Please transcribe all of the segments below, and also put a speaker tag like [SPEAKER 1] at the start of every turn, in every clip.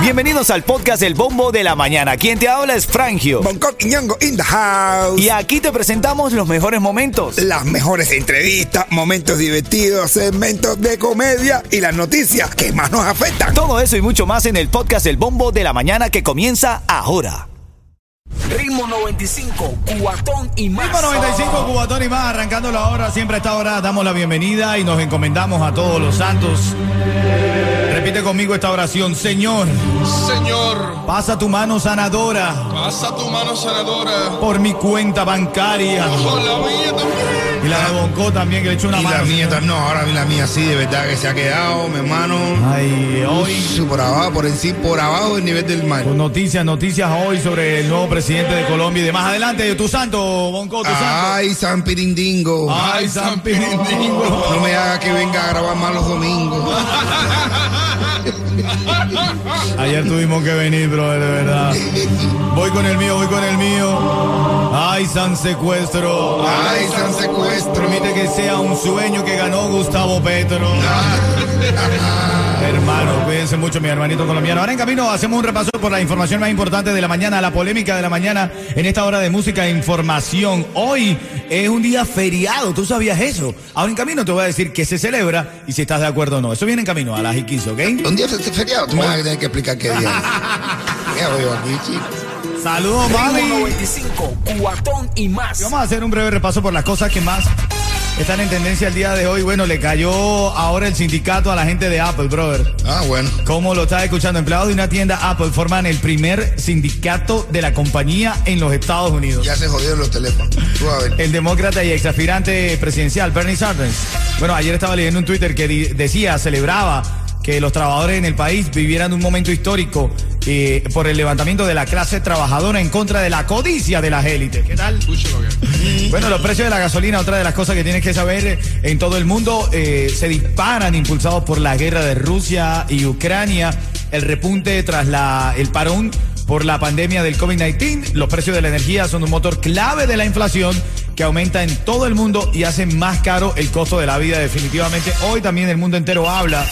[SPEAKER 1] Bienvenidos al podcast El Bombo de la Mañana. Quien te habla es Frangio.
[SPEAKER 2] Bangkok y Ñongo in the house.
[SPEAKER 1] Y aquí te presentamos los mejores momentos.
[SPEAKER 2] Las mejores entrevistas, momentos divertidos, segmentos de comedia y las noticias que más nos afectan.
[SPEAKER 1] Todo eso y mucho más en el podcast El Bombo de la Mañana que comienza ahora.
[SPEAKER 3] Ritmo 95, Cubatón y más.
[SPEAKER 4] Ritmo 95, Cubatón y más, arrancando la hora, siempre a esta hora damos la bienvenida y nos encomendamos a todos los santos. Repite conmigo esta oración, Señor,
[SPEAKER 5] Señor,
[SPEAKER 4] pasa tu mano sanadora
[SPEAKER 5] pasa tu mano sanadora
[SPEAKER 4] por mi cuenta bancaria
[SPEAKER 5] por la mía también.
[SPEAKER 4] y la de Bonco también que le echo una
[SPEAKER 6] Y
[SPEAKER 4] mano.
[SPEAKER 6] la mía
[SPEAKER 4] señor.
[SPEAKER 6] también, no, ahora la mía sí, de verdad que se ha quedado, mi hermano.
[SPEAKER 4] Ay, hoy
[SPEAKER 6] Sí, Por abajo, por encima, por abajo del nivel del mar.
[SPEAKER 4] con noticias, noticias hoy sobre el nuevo presidente de Colombia y demás. Adelante, tu santo, Bonco, tu santo.
[SPEAKER 6] Ay, San Pirindingo.
[SPEAKER 4] Ah, Ay, San Pirindingo.
[SPEAKER 6] No me haga que venga a grabar más los domingos.
[SPEAKER 4] Ayer tuvimos que venir, brother, de verdad. Voy con el mío, voy con el mío. Ay, San Secuestro.
[SPEAKER 6] Ay, San Secuestro.
[SPEAKER 4] Permite que sea un sueño que ganó Gustavo Petro. Hermano, cuídense mucho, mi hermanito colombiano. Ahora en camino hacemos un repaso por la información más importante de la mañana, la polémica de la mañana en esta hora de música e información. Hoy es un día feriado, ¿tú sabías eso? Ahora en camino te voy a decir que se celebra y si estás de acuerdo o no. Eso viene en camino a las y 15, ¿ok?
[SPEAKER 6] ¿Un día se feriado? Tú me vas a tener que explicar qué día es. Ya voy aquí, chico.
[SPEAKER 4] Saludos,
[SPEAKER 3] Ritmo
[SPEAKER 4] mami.
[SPEAKER 3] 95, Cubatón y más.
[SPEAKER 4] Y Vamos a hacer un breve repaso por las cosas que más están en tendencia el día de hoy. Bueno, le cayó ahora el sindicato a la gente de Apple, brother.
[SPEAKER 6] Ah, bueno.
[SPEAKER 4] Como lo está escuchando, empleados de una tienda Apple forman el primer sindicato de la compañía en los Estados Unidos.
[SPEAKER 6] Ya se jodieron los teléfonos. Tú a ver.
[SPEAKER 4] El demócrata y exaspirante presidencial Bernie Sanders. Bueno, ayer estaba leyendo un Twitter que di- decía, celebraba que los trabajadores en el país vivieran un momento histórico eh, por el levantamiento de la clase trabajadora en contra de la codicia de las élites. ¿Qué tal?
[SPEAKER 5] Escúchalo que.
[SPEAKER 4] Bueno, los precios de la gasolina, otra de las cosas que tienes que saber eh, en todo el mundo, eh, se disparan impulsados por la guerra de Rusia y Ucrania, el repunte tras la, el parón por la pandemia del COVID-19. Los precios de la energía son un motor clave de la inflación que aumenta en todo el mundo y hace más caro el costo de la vida definitivamente. Hoy también el mundo entero habla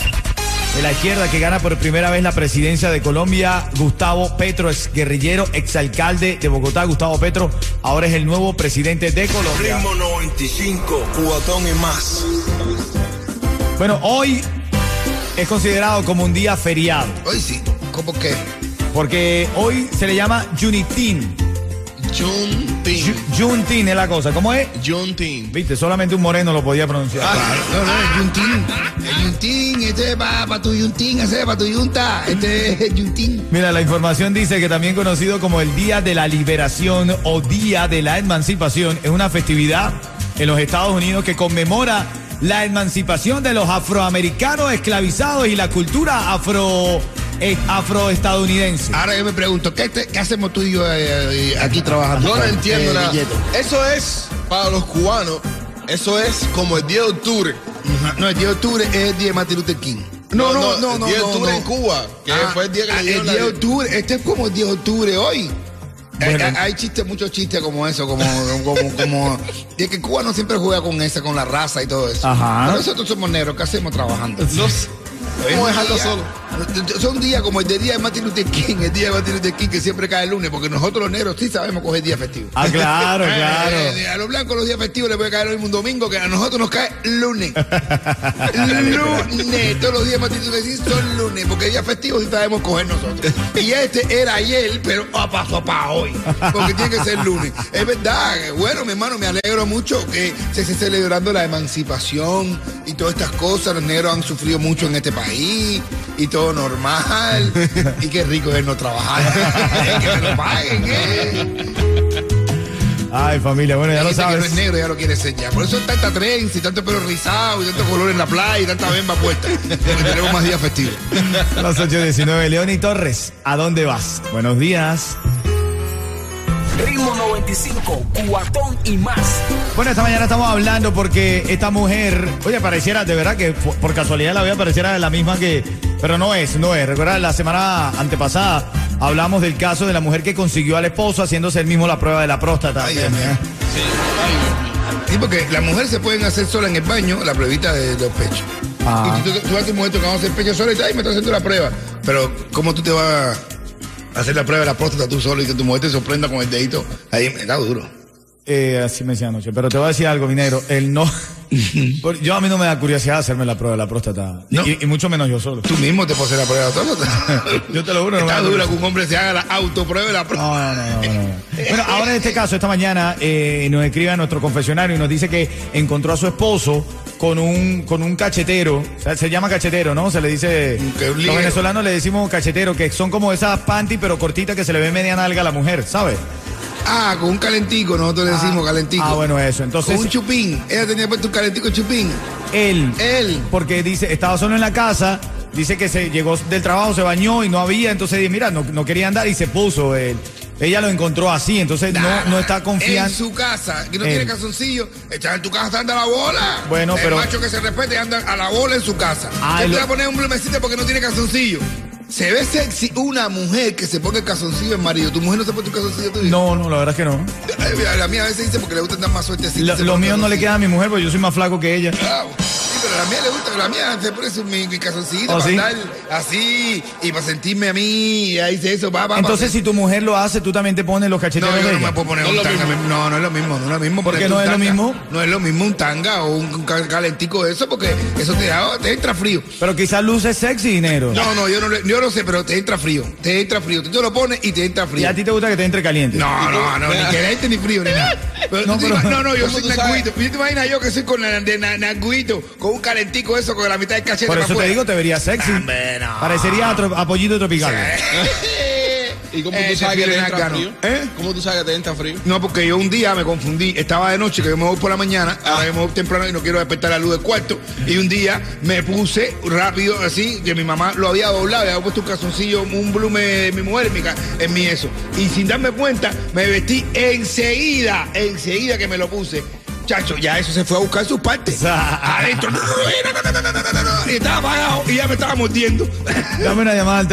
[SPEAKER 4] de la izquierda que gana por primera vez la presidencia de Colombia, Gustavo Petro, ex guerrillero, exalcalde de Bogotá, Gustavo Petro, ahora es el nuevo presidente de Colombia.
[SPEAKER 3] 95, Cubatón y más.
[SPEAKER 4] Bueno, hoy es considerado como un día feriado,
[SPEAKER 6] Hoy sí. ¿Cómo qué?
[SPEAKER 4] porque hoy se le llama Junitín. Ju-
[SPEAKER 6] Juntin.
[SPEAKER 4] Juntín es la cosa, ¿cómo es?
[SPEAKER 6] Juntin.
[SPEAKER 4] Viste, solamente un moreno lo podía pronunciar.
[SPEAKER 6] Claro, no, no,
[SPEAKER 5] Ah,
[SPEAKER 6] el Yuntín. El Yuntín, este es para tu Yuntín, ese es para tu Yunta. Este es el Yuntín.
[SPEAKER 4] Mira, la información dice que también conocido como el Día de la Liberación o Día de la Emancipación es una festividad en los Estados Unidos que conmemora la emancipación de los afroamericanos esclavizados y la cultura afro eh, afroestadounidense.
[SPEAKER 6] Ahora yo me pregunto, ¿qué, te- qué hacemos tú y yo eh, eh, aquí trabajando?
[SPEAKER 5] Yo no
[SPEAKER 6] Eh,
[SPEAKER 5] entiendo nada.
[SPEAKER 6] billetes.
[SPEAKER 5] Eso es para los cubanos. Eso es como el 10 de octubre.
[SPEAKER 6] Ujú. No, el 10 de octubre es el día de Martin Luther King. No, no, no, no.
[SPEAKER 5] El 10 de
[SPEAKER 6] no,
[SPEAKER 5] octubre
[SPEAKER 6] no.
[SPEAKER 5] en Cuba, que
[SPEAKER 6] Ah,
[SPEAKER 5] fue el día que
[SPEAKER 6] ah,
[SPEAKER 5] le dieron
[SPEAKER 6] El 10 de
[SPEAKER 5] la-
[SPEAKER 6] octubre, este es como el 10 de octubre hoy. Eh,
[SPEAKER 4] Bueno.
[SPEAKER 6] Hay, hay chistes, muchos chistes como eso, como, como, como. Y es que Cuba no siempre juega con esa, con la raza y todo eso.
[SPEAKER 4] Ajá.
[SPEAKER 6] Pero nosotros somos negros, ¿qué hacemos trabajando?
[SPEAKER 5] No sé.
[SPEAKER 4] ¿Eh?
[SPEAKER 5] ¿Cómo dejarlo solo?
[SPEAKER 6] Son días como el de día de Martin Luther King, el día de Martin Luther King que siempre cae el lunes, porque nosotros los negros sí sabemos coger días festivos.
[SPEAKER 4] Ah, claro, claro.
[SPEAKER 6] Eh, eh, a los blancos los días festivos les puede caer hoy un domingo, que a nosotros nos cae lunes. lunes. Todos los días Martin Luther King son lunes, porque días festivos sí sabemos coger nosotros. Y este era ayer, pero a paso a pa hoy, porque tiene que ser lunes. Es verdad, eh, bueno, mi hermano, me alegro mucho que se esté celebrando la emancipación y todas estas cosas. Los negros han sufrido mucho en este país y todo normal. Y qué rico es no trabajar. que me lo paguen, eh.
[SPEAKER 4] Ay, familia, bueno, ya
[SPEAKER 6] Hay
[SPEAKER 4] lo
[SPEAKER 6] gente que no es
[SPEAKER 4] sabes.
[SPEAKER 6] negro, ya lo quiere ser ya. Por eso hay tanta trenza y tanto pelo rizado y tanto color en la playa y tanta bemba puesta. Porque tenemos más días festivos.
[SPEAKER 4] Las 8.19. Leoni Torres, ¿a dónde vas? Buenos días.
[SPEAKER 3] Ritmo 95, Cubatón y más.
[SPEAKER 4] Bueno, esta mañana estamos hablando porque esta mujer, oye, pareciera, de verdad que por, por casualidad la vida pareciera la misma que, pero no es, no es. Recuerda, la semana antepasada hablamos del caso de la mujer que consiguió al esposo haciéndose él mismo la prueba de la próstata.
[SPEAKER 6] Ay, Dios mío. Sí, porque las mujeres se pueden hacer sola en el baño la pruebita de los pechos.
[SPEAKER 4] Ah.
[SPEAKER 6] Y tú, tú- tú vas a tu momento que vamos a hacer pecho solo y dices, ay, me está haciendo la prueba. Pero, ¿cómo tú te vas a hacer la prueba de la próstata tú solo y que tu mujer te sorprenda con el dedito? Ahí está duro.
[SPEAKER 4] Eh, así me decía anoche. Pero te voy a decir algo, Minero. El no. Por- yo a mí no me da curiosidad hacerme la prueba de la próstata.
[SPEAKER 6] No.
[SPEAKER 4] Y, y mucho menos yo solo.
[SPEAKER 6] Tú mismo te puedes hacer la prueba de la próstata.
[SPEAKER 4] Yo te lo juro, Ah. no
[SPEAKER 6] Está
[SPEAKER 4] me-
[SPEAKER 6] dura que un hombre se haga la autoprueba de la
[SPEAKER 4] No, no,
[SPEAKER 6] próstata.
[SPEAKER 4] no, no, no, no. Bueno, ahora en este caso, esta mañana eh, nos escribe a nuestro confesionario y nos dice que encontró a su esposo con un, con un cachetero. O sea, se llama cachetero, ¿no? Se le dice.
[SPEAKER 6] Que un
[SPEAKER 4] los
[SPEAKER 6] ligero.
[SPEAKER 4] venezolanos le decimos cachetero, que son como esas panty, pero cortitas que se le ve media nalga a la mujer, ¿sabes?
[SPEAKER 6] Ah, con un calentico, nosotros le decimos calentico.
[SPEAKER 4] Ah, bueno, eso. Entonces,
[SPEAKER 6] Con un chupín. Ella tenía puesto un calentico chupín.
[SPEAKER 4] él.
[SPEAKER 6] Él.
[SPEAKER 4] Porque dice, estaba solo en la casa, dice que se llegó del trabajo, se bañó y no había, entonces dice, mira, no, no quería andar y se puso él. Ella lo encontró así, entonces no, no está
[SPEAKER 6] En
[SPEAKER 4] confiando.
[SPEAKER 6] su casa, que no
[SPEAKER 4] Él.
[SPEAKER 6] tiene calzoncillo, está en tu casa, anda a la bola.
[SPEAKER 4] Bueno,
[SPEAKER 6] El
[SPEAKER 4] pero-
[SPEAKER 6] macho que se respete anda a la bola en su casa.
[SPEAKER 4] Ah,
[SPEAKER 6] Yo
[SPEAKER 4] lo-
[SPEAKER 6] te voy a poner un blumecito porque no tiene calzoncillo. Se ve sexy una mujer que se ponga el calzoncillo en marido. ¿Tu mujer no se pone tu calzoncillo tú?
[SPEAKER 4] No, no, la verdad es que no.
[SPEAKER 6] Ay, mira, La mía a veces dice porque le gusta andar más suerte.
[SPEAKER 4] Lo- los míos no le quedan a mi mujer porque yo soy más flaco que ella.
[SPEAKER 6] Sí, pero la mía le gusta, la mía se pone su, mi, mi calzoncillo
[SPEAKER 4] ¿Oh,
[SPEAKER 6] para
[SPEAKER 4] sí?
[SPEAKER 6] andar así y para sentirme a mí. Y ahí dice eso, va, va, va.
[SPEAKER 4] Entonces, si tu mujer lo hace, tú también te pones los
[SPEAKER 6] No,
[SPEAKER 4] cacheteros
[SPEAKER 6] yo
[SPEAKER 4] de
[SPEAKER 6] no
[SPEAKER 4] ella.
[SPEAKER 6] me puedo poner
[SPEAKER 5] No
[SPEAKER 6] un
[SPEAKER 5] es lo
[SPEAKER 6] tanga.
[SPEAKER 5] mismo.
[SPEAKER 6] No, no es lo mismo, no es lo mismo.
[SPEAKER 4] ¿Por qué
[SPEAKER 6] ponerte
[SPEAKER 4] no
[SPEAKER 6] un
[SPEAKER 4] es lo
[SPEAKER 6] tanga.
[SPEAKER 4] mismo?
[SPEAKER 6] No es lo mismo un tanga o un ca- calentico de eso porque eso te, da- te entra frío.
[SPEAKER 4] Pero quizás luce sexy, dinero.
[SPEAKER 6] No, no, yo no, le- yo no sé, pero te entra frío. Te entra frío. Tú te lo pones y te entra
[SPEAKER 4] Y
[SPEAKER 6] frío.
[SPEAKER 4] a ti te gusta que te entre caliente.
[SPEAKER 6] No, no, no, ni
[SPEAKER 5] Mira.
[SPEAKER 6] caliente ni frío ni nada. Pero
[SPEAKER 4] No,
[SPEAKER 6] tú te
[SPEAKER 4] pero-
[SPEAKER 6] ima- no, no, yo
[SPEAKER 5] ¿Cómo
[SPEAKER 6] soy
[SPEAKER 5] tú sabes?
[SPEAKER 6] nanguito. Yo te imaginas yo que soy con la- de na- nanguito, con un calentico eso, con la mitad del cachete
[SPEAKER 4] Por
[SPEAKER 6] para
[SPEAKER 4] eso te
[SPEAKER 6] afuera.
[SPEAKER 4] digo, te vería sexy.
[SPEAKER 6] Hombre, no.
[SPEAKER 4] Parecería a, tro- a pollito tropical.
[SPEAKER 5] ¿Y cómo
[SPEAKER 6] Eh,
[SPEAKER 5] tú sabes que
[SPEAKER 6] prefiero
[SPEAKER 5] te entra
[SPEAKER 6] nalgano.
[SPEAKER 5] frío?
[SPEAKER 6] ¿Eh?
[SPEAKER 5] ¿Cómo tú sabes que te entra frío?
[SPEAKER 6] No, porque yo un día me confundí. Estaba de noche, que yo me voy por la mañana, ahora yo me voy temprano y no quiero despertar la luz del cuarto. Y un día me puse rápido así, que mi mamá lo había doblado, le había puesto un calzoncillo, un blume de mi mujer en mi, ca- en mi eso. Y sin darme cuenta, me vestí enseguida, enseguida que me lo puse. Chacho, ya eso se fue a buscar sus partes. Adentro. Y estaba apagado y ya me estaba mordiendo.
[SPEAKER 4] Dame una llamada al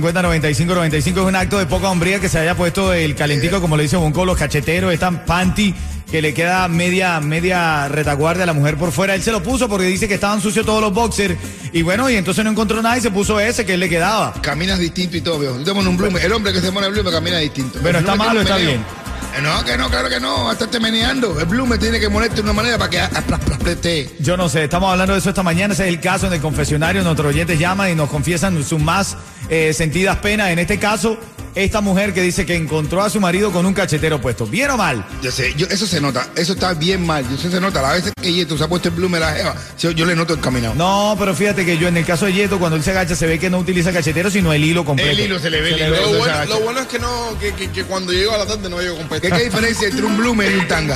[SPEAKER 4] 305-550-9595. Es un acto de poca hombría que se haya puesto el calentico, como le dice Bonco, los cacheteros, están panty que le queda media, media retaguardia a la mujer por fuera. Él se lo puso porque dice que estaban sucios todos los boxers. Y bueno, y entonces no encontró nada y se puso ese que él le quedaba.
[SPEAKER 6] Caminas distinto y todo, viejo. Tú te pones un blume. El hombre que se pone el blume camina distinto.
[SPEAKER 4] Bueno,
[SPEAKER 6] El
[SPEAKER 4] ¿está
[SPEAKER 6] blume
[SPEAKER 4] mal o
[SPEAKER 6] tiene un
[SPEAKER 4] está
[SPEAKER 6] meneo. Eh, No, que no, claro que no. Hasta te meneando. El blume tiene que molerte de una manera para que aplaste.
[SPEAKER 4] Yo no sé, estamos hablando de eso esta mañana. Ese es el caso en el confesionario. Nuestros oyentes llaman y nos confiesan sus más eh, sentidas penas. En este caso, esta mujer que dice que encontró a su marido con un cachetero puesto. ¿Bien o mal?
[SPEAKER 6] Yo sé, yo, eso se nota. Eso está bien mal. Yo sé, se nota. Las veces que Yeto se ha puesto el blume la jeva, yo, yo le noto el caminado.
[SPEAKER 4] No, pero fíjate que yo en el caso de Yeto, cuando él se agacha, se ve que no utiliza cachetero, sino el hilo completo.
[SPEAKER 6] el hilo se le ve. el hilo,
[SPEAKER 5] Lo
[SPEAKER 6] entonces
[SPEAKER 5] bueno,
[SPEAKER 6] agacha.
[SPEAKER 5] lo bueno es que no, que, que- que cuando llego a la tarde no llego con
[SPEAKER 6] ¿Qué,
[SPEAKER 5] pesca.
[SPEAKER 6] ¿Qué diferencia entre un blume y un tanga?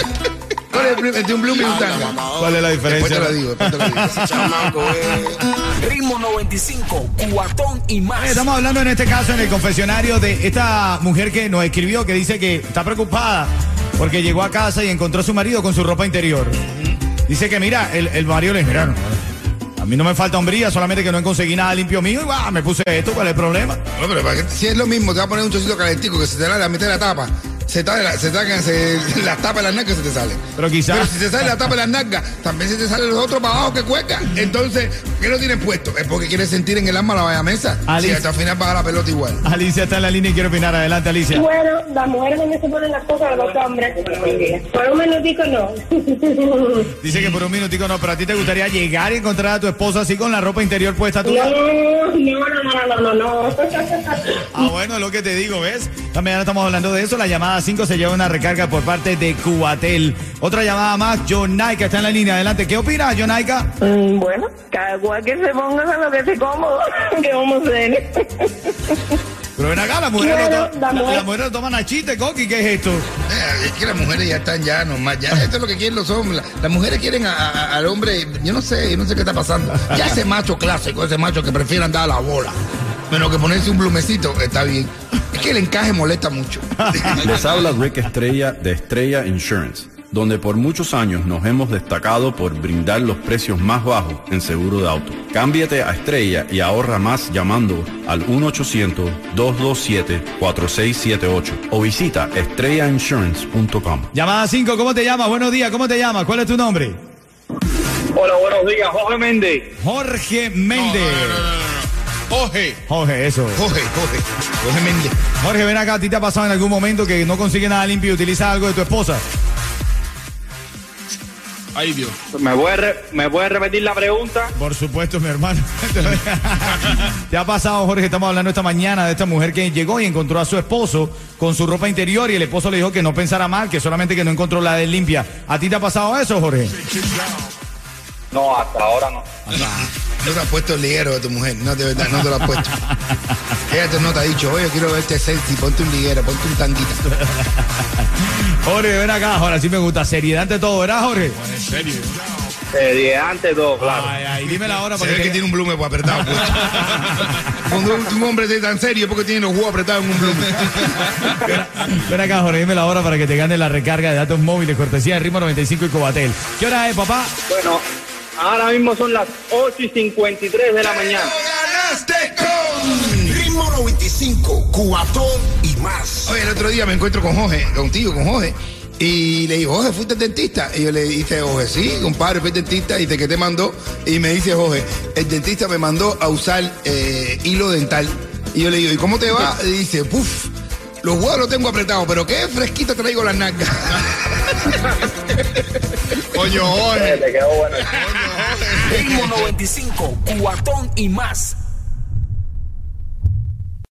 [SPEAKER 6] ¿Cuál es el blume, entre un blume y un tanga?
[SPEAKER 4] ¿Cuál es la
[SPEAKER 6] Después te
[SPEAKER 4] diferencia?
[SPEAKER 6] lo digo, después te lo digo.
[SPEAKER 3] Ritmo 95, cuatón y
[SPEAKER 4] Eh,
[SPEAKER 3] más.
[SPEAKER 4] Estamos hablando en este caso en el confesionario de esta mujer que nos escribió que dice que está preocupada porque llegó a casa y encontró a su marido con su ropa interior. Dice que mira, el, el marido le dice, mira, no, a mí no me falta hombría, solamente que no conseguí nada limpio mío y bah, me puse esto, ¿cuál es el problema?
[SPEAKER 6] No, pero para que- si es lo mismo, te va a poner un chocito calentico que se te da la mitad de la tapa. Se te la, se te- se- la tapa de las nalgas se te sale.
[SPEAKER 4] Pero quizás-
[SPEAKER 6] Pero si te sale la tapa de las nalgas, también se te salen los otros para abajo que cuelgan. Entonces, ¿por ¿qué lo tienes puesto? Es porque quieres sentir en el alma la vaya mesa.
[SPEAKER 4] Alice.
[SPEAKER 6] Si hasta el final baja la pelota igual.
[SPEAKER 4] Alicia está en la línea y quiere opinar. Adelante, Alicia.
[SPEAKER 7] Bueno, las mujeres también se ponen las cosas de los hombres. Por un minutico no.
[SPEAKER 4] Dice que por un minutico no, pero a ti te gustaría llegar y encontrar a tu esposa así con la ropa interior puesta tuya.
[SPEAKER 7] No, no, no, no, no, no, no.
[SPEAKER 4] Ah, bueno, es lo que te digo, ¿ves? Esta mañana estamos hablando de eso. La llamada 5 se lleva una recarga por parte de Cubatel. Otra llamada más, Jonaika está en la línea. Adelante, ¿qué opinas, Jonaika?
[SPEAKER 8] Mm, Bueno, cada cual que se ponga a lo que se cómodo, que vamos a hacer.
[SPEAKER 4] Pero ven acá, las mujeres
[SPEAKER 7] Bueno,
[SPEAKER 4] no, to- la-
[SPEAKER 7] la mujer-
[SPEAKER 4] las mujeres no toman a chiste, Coqui, ¿qué es esto?
[SPEAKER 6] Eh, Es que las mujeres ya están ya nomás. Ya esto es lo que quieren los hombres. Las- Las mujeres quieren a- a- al hombre. Yo no sé, yo no sé qué está pasando. Ya ese macho clásico, ese macho que prefiere andar a la bola. Menos que ponerse un blumecito, está bien. Es que el encaje molesta mucho.
[SPEAKER 9] Les habla Rick Estrella de Estrella Insurance, donde por muchos años nos hemos destacado por brindar los precios más bajos en seguro de auto. Cámbiate a Estrella y ahorra más llamando al 1-800-227-4678 o visita estrellainsurance.com.
[SPEAKER 4] Llamada 5, ¿cómo te llamas? Buenos días, ¿cómo te llamas? ¿Cuál es tu nombre?
[SPEAKER 10] Hola, buenos días, Jorge Méndez.
[SPEAKER 4] Jorge
[SPEAKER 5] No,
[SPEAKER 4] Méndez.
[SPEAKER 5] no, no, no, no, no. Jorge,
[SPEAKER 4] Jorge, eso.
[SPEAKER 5] Jorge, Jorge, Jorge Méndez.
[SPEAKER 4] Jorge, ven acá, ¿a ti te ha pasado en algún momento que no consigue nada limpio y utiliza algo de tu esposa?
[SPEAKER 5] Ay, Dios.
[SPEAKER 10] ¿Me puede, re- ¿Me puede repetir la pregunta?
[SPEAKER 4] Por supuesto, mi hermano. Te ha pasado, Jorge, estamos hablando esta mañana de esta mujer que llegó y encontró a su esposo con su ropa interior y el esposo le dijo que no pensara mal, que solamente que no encontró la de limpia. ¿A ti te ha pasado eso, Jorge?
[SPEAKER 10] No, hasta ahora no.
[SPEAKER 6] No te has puesto el liguero de tu mujer, no, de verdad, no te lo has puesto. Ella te, no te ha dicho, oye, quiero verte sexy, ponte un liguero, ponte un tanguita.
[SPEAKER 4] Jorge, ven acá, ahora sí me gusta. Seriedad ante todo, ¿verdad, Jorge?
[SPEAKER 5] En serio.
[SPEAKER 10] Eh, de antes todo, claro.
[SPEAKER 4] Ay, ay, dime la hora
[SPEAKER 6] Se
[SPEAKER 4] porque
[SPEAKER 6] ve que tiene un blume apretado. pues. Cuando un, un hombre es tan serio es porque tiene los huevos apretados en un blume.
[SPEAKER 4] Ven acá, Jorge, dime la hora para que te gane la recarga de datos móviles, cortesía de Ritmo 95 y Cobatel. ¿Qué hora es, papá?
[SPEAKER 10] Bueno, ahora mismo son las 8 y 53 de la mañana.
[SPEAKER 6] ¡Ganaste con!
[SPEAKER 3] Ritmo 95, cuatón y más.
[SPEAKER 6] Oye, el otro día me encuentro con Jorge, contigo, con Jorge. Y le digo, Jorge, ¿fuiste al dentista? Y yo le dije, Jorge, sí, compadre, fui al dentista. Y te que te mandó. Y me dice, Jorge, el dentista me mandó a usar eh, hilo dental. Y yo le digo, ¿y cómo te va? Y dice, puf, los huevos los tengo apretados, pero qué fresquita traigo las nalgas.
[SPEAKER 5] Coño, Jorge.
[SPEAKER 10] Eh, Te quedó bueno.
[SPEAKER 5] Coño, Jorge.
[SPEAKER 3] Ritmo 95, cuatón y más.